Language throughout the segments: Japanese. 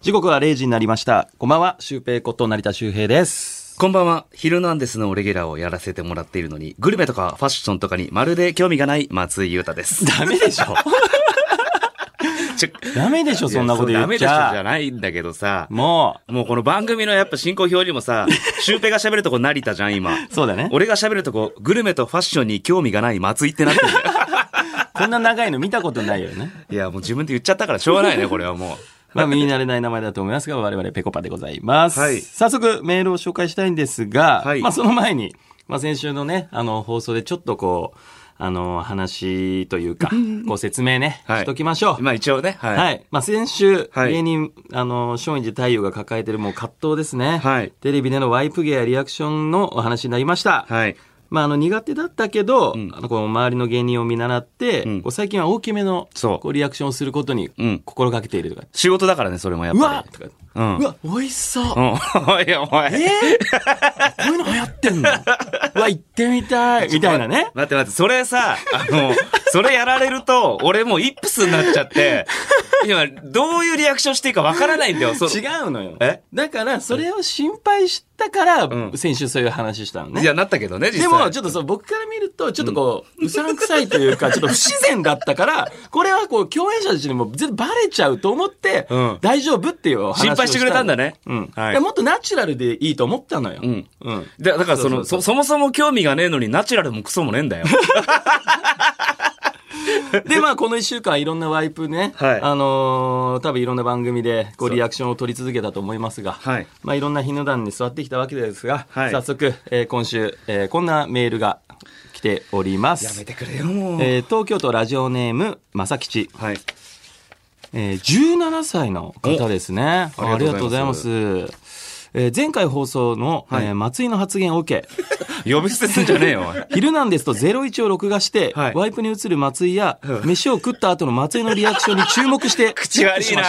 時刻は0時になりました。こんばんは、シュウペイこと成田修平です。こんばんは。ヒルナンデスのレギュラーをやらせてもらっているのに、グルメとかファッションとかにまるで興味がない松井優 太です。ダメで しょちょダメでしょそんなこと言ダメっでちしょじゃゃ。ないんだけどさ、ももうこの番組のやっぱ進行表にも さ、シュウペイが喋るとこ成田じゃん、今。う、そうだね。俺が喋るとこ、グルメとファッションに興味がない松井ってなってるじゃん こんな長いの見たことないよね。いや、もう自分で言っちゃったからしょうがないね、これはもまあ、見慣れない名前だと思いますが、我々ペコパでございます。はい早速、メールを紹介したいんですが、はいまあ、その前に、まあ、先週のね、あの、放送でちょっとこう、あの、話と いうか、ご説明ね、はいしときましょう う。。まあ一応ね、はい。はい。まあ、先週、はい芸人、あの、松陰寺太陽が抱えてるもう葛藤ですね。はいテレビでのワイプ芸やリアクションのお話になりました。はい。まあ、あの、苦手だったけど、んあの、こう、周りの芸人を見習って、うんこう最近は大きめの、そうこう、リアクションをすることにうん、心がけているとか。仕事だからね、それもやっうわぱとか、り。うんうわ、美味しそう。うん。 いや、お前。えー、こういうの流行ってんのうわ、行ってみ たい。みたいなね。待って待って、それさ、あの、それやられると、俺もうイップスになっちゃって、今、どういうリアクションしていいかわからないんだよ、そ違うのよ。えだから、それを心配したから、うん先週そういう話したのね。いや、なったけどね、実で際。も、ちょっとそう、僕から見ると、ちょっとこう、うさんくさいというか、ちょっと不自然だった から、これはこう、共演者たちにも全然バレちゃうと思ってうん、大丈夫っていうお話を心配してくれたんだね。ね。うん。はいでもっとナチュラルでいいと思ったのよ。うん。うん。でだからその、そうそうそ、そもそも興味がねえのにナチュラルもクソもねえんだよ。で、まあ、この一週間、いろんなワイプね、はいあのー多分いろんな番組で、こう、リアクションを取り続けたと思いますが、はいまあ、いろんな日の段に座ってきたわけですが、はい早速、えー今週、えーこんなメールが来ております。やめてくれよ、もう。えー東京都ラジオネーム、まさきち。はい。えー、17歳の方ですね。おありがとうございまありがとうございます。えー前回放送の、はいえー松井の発言を受け、 呼び捨てすんじゃねえよ、おいヒルナンデスと01を録画して、はいワイプに映る松井や、飯を食った後の松井のリアクションに注目して、 口悪いチェックしまし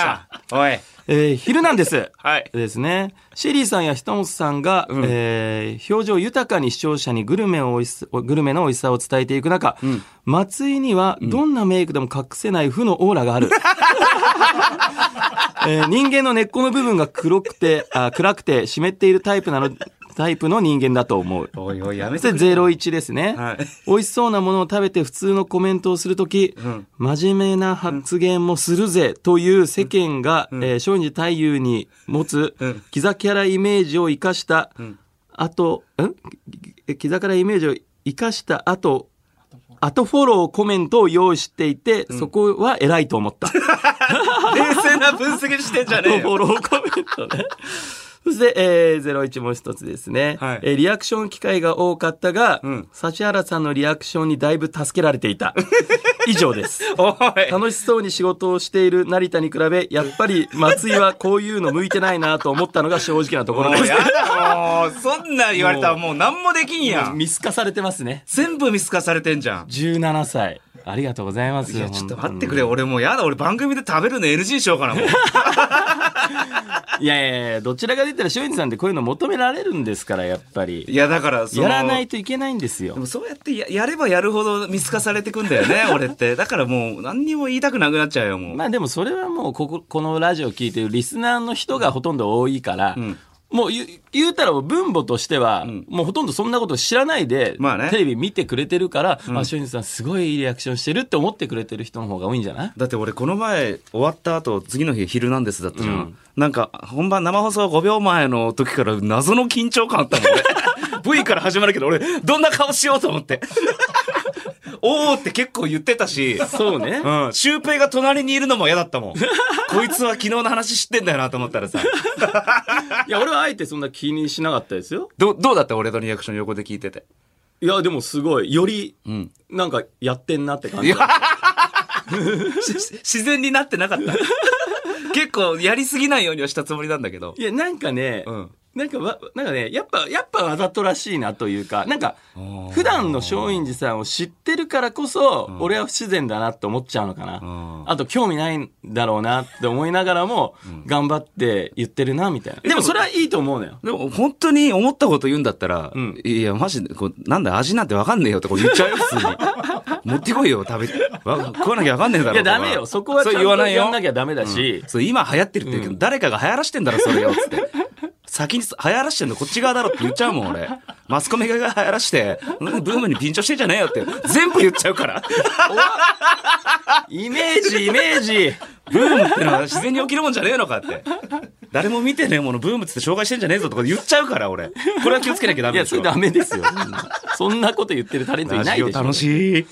た。な。おい。えー、ヒルナンデス。はい。ですね。シェリーさんやひともさんが、うんえー表情豊かに視聴者にグルメをおいしグルメの美味しさを伝えていく中、ん松井にはどんなメイクでも隠せない負のオーラ がある。 えー人間の根っこの部分が黒くて、あ暗くて湿っているタイプなの、タイプの人間だと思う。おいおい、やめそしてくて01ですね。れ。はい。美味しそうなものを食べて普通のコメントをするとき、ん真面目な発言もするぜという世間が、えー松陰寺太夫に持つうん、キザキャライメージを生かした、んあと、んキキザキャライメージを生かした後、後フォローコメントを用意していて、そこは偉いと思った。冷静な分析してんじゃねえ フォよ。ローコメントね。 そして、えー、01もう一つですね、はいえーリアクション機会が多かったが、うん指原さんのリアクションにだいぶ助けられていた。 以上 です。 おい。楽しそうに仕事をしている成田に比べ、やっぱ り松井はこういうの向いてないなと思ったのが正直なところもでうすや。だもうそんなん言われたらもう何もできんやん見透かされてますね。全部見透かされてんじゃん17歳。ありがとうございます。いやちょっと待ってくれ。れ俺もうやだ俺番組で食べるの NG しようかなも ういやいやいや、どちらかで言ったら、松陰寺さんってこういうの求められるんですから、やっぱり。いやだからそのやらないといけないんですよで。もそうやってややればやるほど見透かされてくんだよ ね俺ってだからもう何にも言いたくなくなっちゃうよもう、まあでもそれはもうこここのラジオ聞いてるリスナーの人がほとんど多いから、んもう言う言うたらもう分母としては、んもうほとんどそんなこと知らないで、まあねテレビ見てくれてるから、あ、松陰寺さんすごいいいリアクションしてるって思ってくれてる人の方が多いんじゃないだって俺この前終わった後次の日「昼なんです」だったじゃん、なんか本番生放送5秒前の時から謎の緊張感あったもん 俺 V から始まるけど俺どんな顔しようと思って おーって結構言ってたしそうね。うん。シュウペイが隣にいるのも嫌だったもん。こいつは昨日の話知ってんだよなと思ったら さ。いや、俺はあえてそんな気にしなかったですよ。ど、どうだった俺のリアクション横で聞いてて。いや、でもすごい、より、 んなんかやってんなって感いじや。し自然に なってなかった。結構やりすぎないようにはしたつもりなんだけど。いや、なんかね、うん。なんかわ、なんかね、やっぱ、やっぱわざとらしいなというか、なんか、 普段の松陰寺さんを知ってるからこそ、俺は不自然だなって思っちゃうのかな。んあと、興味ないんだろうなって思いながらも、頑張って言ってるな、みたいな。でも、それはいいと思うのよ。でも本当に思ったこと言うんだったら、んいや、マジで、こうなんだ、味なんてわかんねえよとか言っちゃうよ、普通に。持ってこいよ、食べて。わ食わなきゃわかんねえだろ。いや、とかダメよ。そこはちゃそんとう言わないよやん。なきゃダメだし、そう、今流行ってるって言うけど、誰かが流行らしてんだろ、それよ、つって。 先に流行らしてんのこっち側だろって言っちゃうもん、俺。マスコミが流行らして、うんブームに緊張してんじゃねえよって、全部言っちゃうから。 イメージ、イメージ。ブームってのは自然に起きるもんじゃねえのかって。誰も見てねえもの、ブームっつって紹介してんじゃねえぞとか言っちゃうから、俺。これは気をつけなきゃダいメや、でしそょれ。 ダメですよ。そんなこと言ってるタレントいないでしょ。楽しい。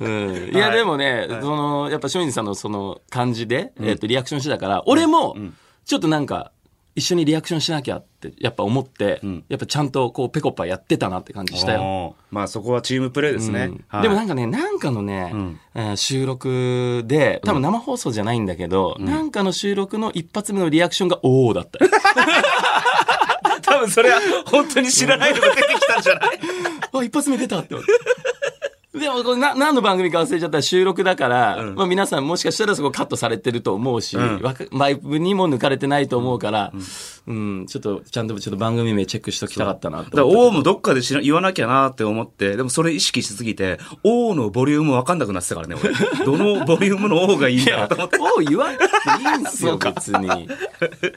うんいや、はいでもね、その、やっぱ松陰寺さんのその感じで、えっと、リアクションしてたから、俺も、ちょっとなんか、一緒にリアクションしなきゃって、やっぱ思って、やっぱちゃんとこう、ペコパやってたなって感じしたよ。おーまあそこはチームプレーですね。うんはいでもなんかね、なんかのね、えー収録で、多分生放送じゃないんだけど、なんかの収録の一発目のリアクションが、おーだったよ。多分それは本当に知らないのが出てきたんじゃない あ、一発目出たって思って。でもこれな、何の番組か忘れちゃったら収録だから、まあ皆さんもしかしたらそこカットされてると思うし、んわかマイプにも抜かれてないと思うから、うん、ちょっと、ちゃんとちょっと番組名チェックしときたかったなだから、と思って。王もどっかで知ら言わなきゃなって思って、でもそれ意識しすぎて、王のボリューム分かんなくなってたからね、俺。 どのボリュームの王がいいんだろうと思って。おう言わなくていいんすよ、別 に。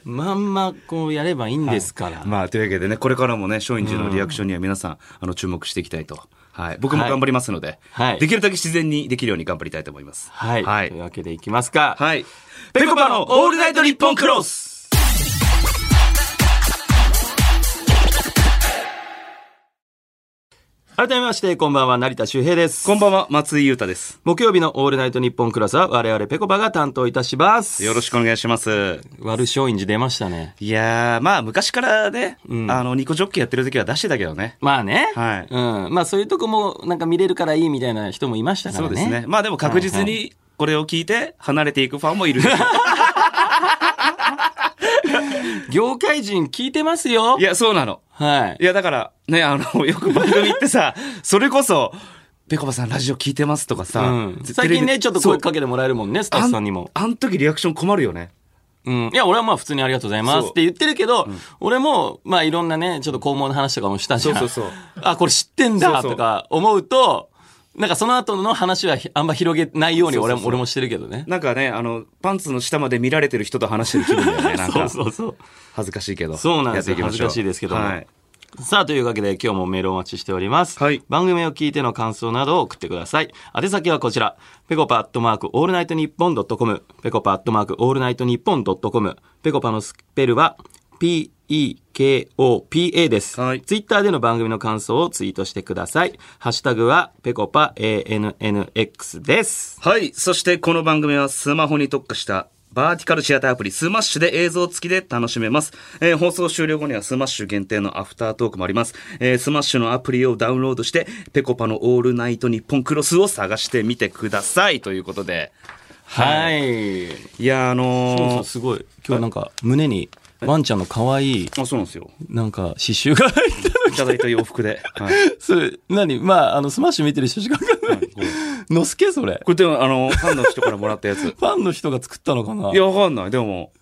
まんまこうやればいいんですから。まあ、というわけでね、これからもね、松陰寺のリアクションには皆さん、あの、注目していきたいと。はい。僕も頑張りますので、はいできるだけ自然にできるように頑張りたいと思います。はい、はいという。わけでいきますか。はい。ぺこぱのオールナイト日本クロス改めまして、こんばんは、成田修平です。こんばんは、松井裕太です。木曜日のオールナイトニッポンクラスは我々ペコバが担当いたします。よろしくお願いします。悪松陰寺出ましたね。いやー、まあ昔からね、うんあの、ニコジョッキやってる時は出してたけどね。まあね。はいうん。まあそういうとこもなんか見れるからいいみたいな人もいましたからそね。うですね。まあでも確実はいにこれを聞いて離れていくファンもいるでしょう。 業界人聞いてますよ。いや、そうなの。はいい。や、だから、ね、あの、よ く番組ってさ、それこそ、ペコパさんラジオ聞いてますとかさ、うん、テレビ最近ね、ちょっと声そうかけてもらえるもんね、スタッフさんにも。あんあん時リアクション困るよね。うん。いや、俺はまあ普通にありがとうございますそうって言ってるけど、俺も、まあいろんなね、ちょっと肛門の話とかもしたじゃん。そうそうそうあ、これ知ってんだそうそうとか思うと、なんかその後の話はひあんま広げないように俺もそうそうそう俺もしてるけどね。なんかね、あの、パンツの下まで見られてる人と話してる気分だよね。な そんか、うそうそう。恥ずかしいけど。そうなんですよやっていきまょう恥ずかしいですけどもはい。さあ、というわけで今日もメールをお待ちしております。はい番組を聞いての感想などを送ってください。宛先はこちら。ペコパアットマークオールナイトニッポンドットコム。ペコパアットマークオールナイトニッポンドットコム。ペコパのスペルは p-e-k-o-p-a です。はいツイッターでの番組の感想をツイートしてください。ハッシュタグはペコパ ANNX です。はい。そしてこの番組はスマホに特化したバーティカルシアターアプリスマッシュで映像付きで楽しめます。えー放送終了後にはスマッシュ限定のアフタートークもあります。えースマッシュのアプリをダウンロードして、ペコパのオールナイトニッポンクロスを探してみてください。ということで。はい。いやー、あのそうそうーすごい。今日なんか胸にワンちゃんの可愛いあそうなんですよ。なんか刺繍が入ったいただいた洋服で。 はい。 それ、何まあ、あの、スマッシュ見てる人しかわかんない。のすけそれ。これでも、あの、ファンの人からもらったやつ。 ファンの人が作ったのかないや、わかんない。でも、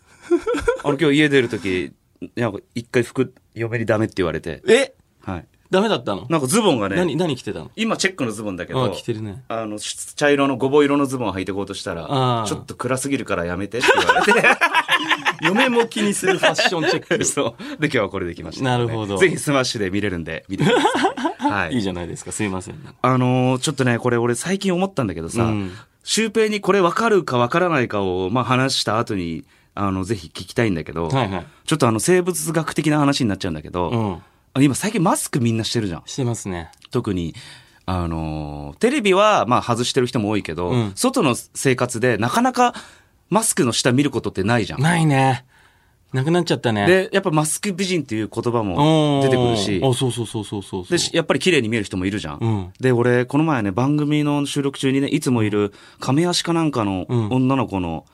あの、今日家出るとき、なんか一回服、嫁にダメって言われて。えはい。ダメだったのなんかズボンがね、何、何着てたの今チェックのズボンだけあど、着てるねあの、し茶色のごぼう色のズボンを履いてこうとしたあらー、ちょっと暗すぎるからやめてって言われ嫁も気にするファッションチェッて、そう。で、今日はこれできまし た、なるほどぜひスマッシュで見れるんで、見てくだ さい。はク。い。いいじゃないですか。すいません。あのーちょっとね、これ俺最近思ったんだけどさ、うんシュウペイにこれ分かるか分からないかを、まあ話した後に、あの、ぜひ聞きたいんだけど、はいはい。ちょっとあの、生物学的な話になっちゃうんだけど、うん。あ今最近マスクみんなしてるじゃん。してますね。特に、あのーテレビは、まあ、外してる人も多いけど、うん外の生活でなかなかマスクの下見ることってないじゃん。ないね。なくなっちゃったね。、で、やっぱマスク美人っていう言葉も出てくるし、あ、そうそうそうそうそう。で、しやっぱり綺麗に見える人もいるじゃん。うんで、俺、この前ね、番組の収録中にね、いつもいる、亀足かなんかのうん女の子の、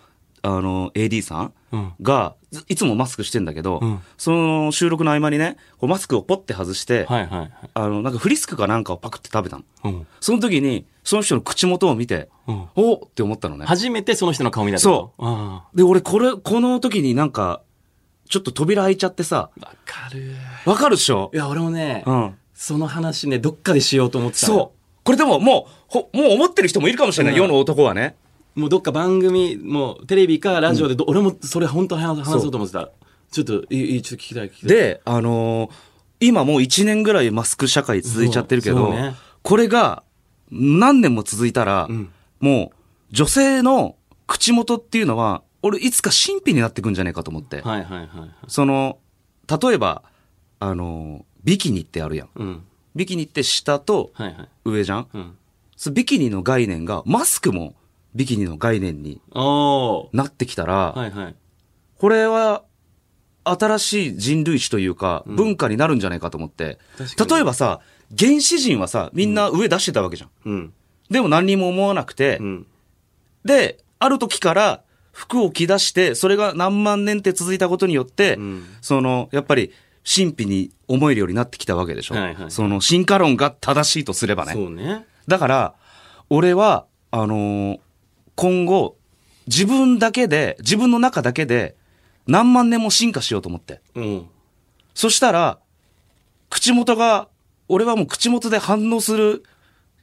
あの、AD さんうんが、ずいつもマスクしてんだけど、うんその収録の合間にね、こうマスクをポッて外して、はいはいはい。あの、なんかフリスクかなんかをパクって食べたの。うんその時に、その人の口元を見て、うんおっって思ったのね。初めてその人の顔見たってそこと。あで、俺、これ、この時になんか、ちょっと扉開いちゃってさ、あ。わかる。わかるっしょいや、俺もね、うん。その話ね、どっかでしようと思ってたの。そう。これでももう、ほ、もう思ってる人もいるかもしれない、うん世の男はね。もうどっか番組、もうテレビかラジオでど、俺もそれ本当に話話そうと思ってた。ちょっと、いいいい、ちょっと聞きたい、聞きたい。で、あのー今もう1年ぐらいマスク社会続いちゃってるけそうど、そうねこれが何年も続いたら、んもう女性の口元っていうのは、俺いつか神秘になってくんじゃないかと思って。はいはいはいはい。その、例えば、あのービキニってあるやん。うん。ビキニって下とはいはい。上じゃん、うん。そのビキニの概念が、マスクもビキニの概念におー。なってきたら、はいはい。これは、新しい人類史というか、文化になるんじゃないかと思って。確かに例えばさ、原始人はさ、みんな上出してたわけじゃん。うん。でも何にも思わなくて、うん。で、ある時から服を着出して、それが何万年って続いたことによって、うんその、やっぱり、神秘に思えるようになってきたわけでしょ。はいはいその、進化論が正しいとすればね。そうね。だから、俺は、あのー今後、自分だけで、自分の中だけで、何万年も進化しようと思って。うん。そしたら、口元が、俺はもう口元で反応する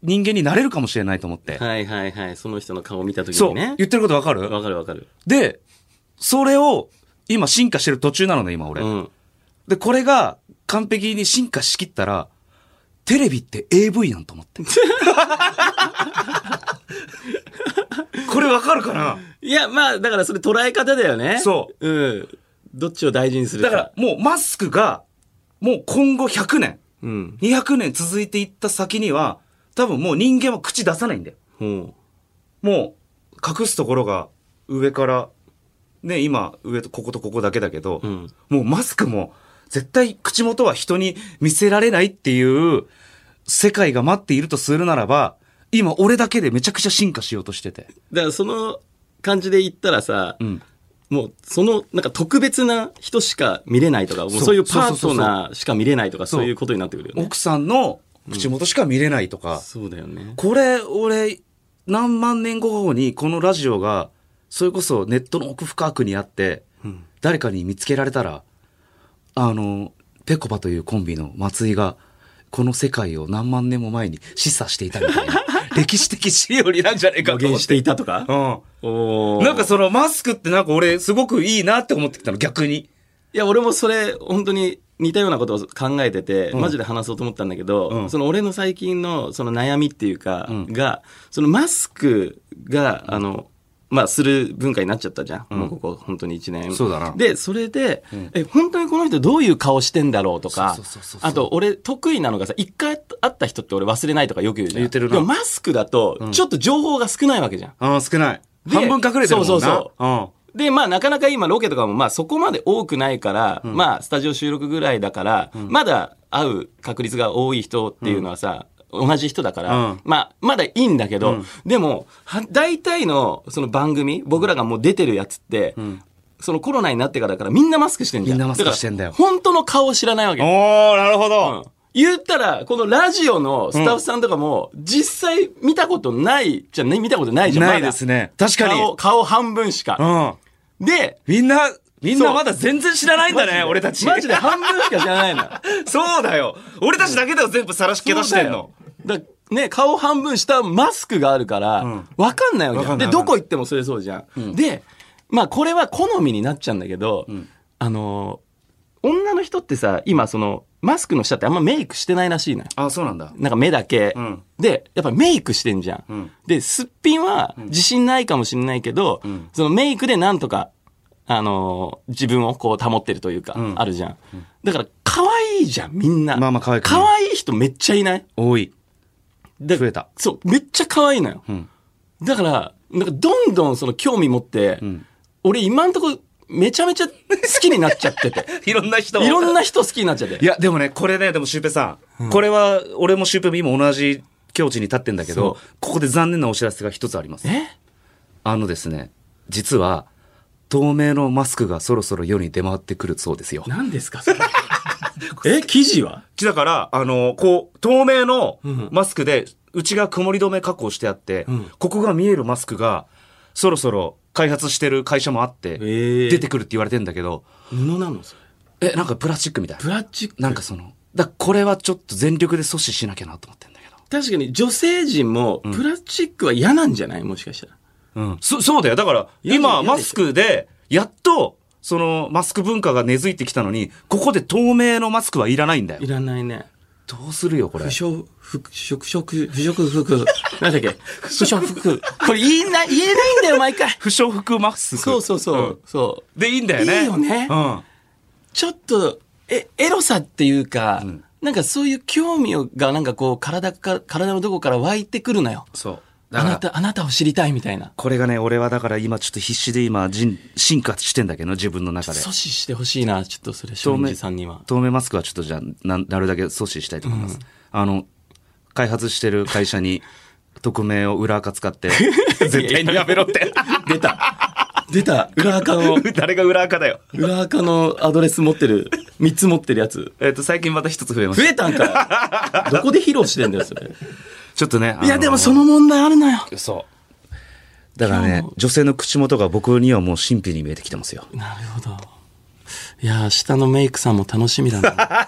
人間になれるかもしれないと思って。はいはいはい。その人の顔見たときそう。に言っね。てることわかるわかるわかる。で、それを、今進化してる途中なのね、今俺。うん。で、これが完璧に進化しきったら、テレビって AV なんと思って。これわかるかないや、まあ、だからそれ捉え方だよね。。そううん。どっちを大事にするだか。から、もうマスクが、もう今後100年、うん。 200年続いていった先には、多分もう人間は口出さないんだよ。うん。もう隠すところが上から、ね、今上とこことここだけだけど、うんもうマスクも絶対口元は人に見せられないっていう世界が待っているとするならば、今俺だけでめちゃくちゃ進化しようとしてて。だからその感じで言ったらさ、んもうそのなんか特別な人しか見れないとか、もうそうそういうそうパそーうそトうそうナーしか見れないとか、そうそういうことになってくるよね。奥さんの口元しか見れないとか、そうだよね。これ俺何万年後にこのラジオがそれこそネットの奥深くにあって、うん誰かに見つけられたら、あの、ペコパというコンビの松井が、この世界を何万年も前に示唆していたみ たいな、歴史的資料になんじゃないか予と思言っしてて。いたとかうおん。ーなんかそのマスクってなんか俺すごくいいなって思ってきたの、逆に。いや、俺もそれ、本当に似たようなことを考えてて、んマジで話そうと思ったんだけど、うんその俺の最近のその悩みっていうか、んが、そのマスクが、あの、まあ、する文化になっちゃったじゃん。んもうここ、本当に1年。そうだなで、それで、え、本当にこの人どういう顔してんだろうとかそうそうそうそう、そうあと、俺得意なのがさ、一回会った人って俺忘れないとかよく言うじゃん。言ってるなでもマスクだと、ちょっと情報が少ないわけじゃん。ああ、少ない。で半分隠れてるもんな。そうそうう。ん。で、まあ、なかなか今、ロケとかも、まあ、そこまで多くないから、まあ、スタジオ収録ぐらいだから、まだ会う確率が多い人っていうのはさ、同じ人だから、うんまあ、まだいいんだけど、でも、は大体の、その番組、僕らがもう出てるやつって、そのコロナになってからだから、みんなマスクしてんじゃん。みんなマスクしてんだよから本当の顔を知らないわけ。おー、なるほうんど。言ったら、このラジオのスタッフさんとかも、実際見たことない、じゃね、見たことないじゃん。ないまだですね確かに顔、顔半分しか。うん。で、みんな、みんそなうまだ全然知らないんだね、俺たち。マジで半分しか知らないの。 そうだよ。俺たちだけでは全部さらしけ出してんの。そうだよ。だね、顔半分下マスクがあるから、んわかんないわけじゃわかんん。なで、いどこ行ってもそれそうじゃん。で、まあこれは好みになっちゃうんだけど、あのー、女の人ってさ、今その、マスクの下ってあんまメイクしてないらしいのよ。あ、そうなんだ。なんか目だけ。うんで、やっぱメイクしてんじゃん。んで、すっぴんは自信ないかもしれないけど、んそのメイクでなんとか、あのー自分をこう保ってるというか、んあるじゃん。だから、可愛いじゃん、みんな。まあまあ可愛くね可愛い人めっちゃいない多い。で増えたそう、めっちゃ可愛いのよ。んだから、なんかどんどんその興味持って、俺今んとこめちゃめちゃ好きになっちゃって て。いろんな人いろんな人好きになっちゃってい。や、でもね、これね、でも、シュウペイさん。これは、俺もシュウペイも今同じ境地に立ってんだけどそ、ここで残念なお知らせが一つあります。えあのですね、実は、透明のマスクがそろそろ世に出回ってくるそうですよ。何ですか、そ れ。え、記事はだから、あの、こう、透明のうんマスクで、うちが曇り止め加工してあって、うんここが見えるマスクが、そろそろ開発してる会社もあって、ええ出てくるって言われてんだけど、布なのそれ。え、なんかプラスチックみたいな。プラスチック。なんかその、だこれはちょっと全力で阻止しなきゃなと思ってんだけど。確かに女性陣もプラスチックは嫌なんじゃないもしかしたら。うん。そ、そうだよ。だから、いや今、いやマスクで、やっと、その、マスク文化が根付いてきたのに、ここで透明のマスクはいらないんだよい。らないね。どうするよ、これ不。織布、不織布、不織布、なんだっけ不織布。これ言えない、言えないんだよ、毎回。不織布マスク。そうそうそう、んそう。で、いいんだよね。いいよねうん。ちょっと、え、エロさっていうか、んなんかそういう興味をがなんかこう体か、体のどこから湧いてくるのよ。そう。あだかなら、た、あなたを知りたいみたいな。これがね、俺はだから今ちょっと必死で今、人進化してんだけど、自分の中で。阻止してほしいな、ちょっとそれ、松陰寺さんには。透明マスクはちょっとじゃあな、なるだけ阻止したいと思います。あの、開発してる会社に、匿名を裏垢使 って、絶対にやめろって。 出た。出た。裏垢の、誰が裏垢だよ。裏垢のアドレス持ってる、3つ持ってるやつ。えっ、と、最近また一つ増えまし増た。えたんかよ。どこで披露してんだよ、それ。ちょっとね。いや、あでもその問題あるのよ。そう。だからね、女性の口元が僕にはもう神秘に見えてきてますよ。なるほど。いやー、下のメイクさんも楽しみだな。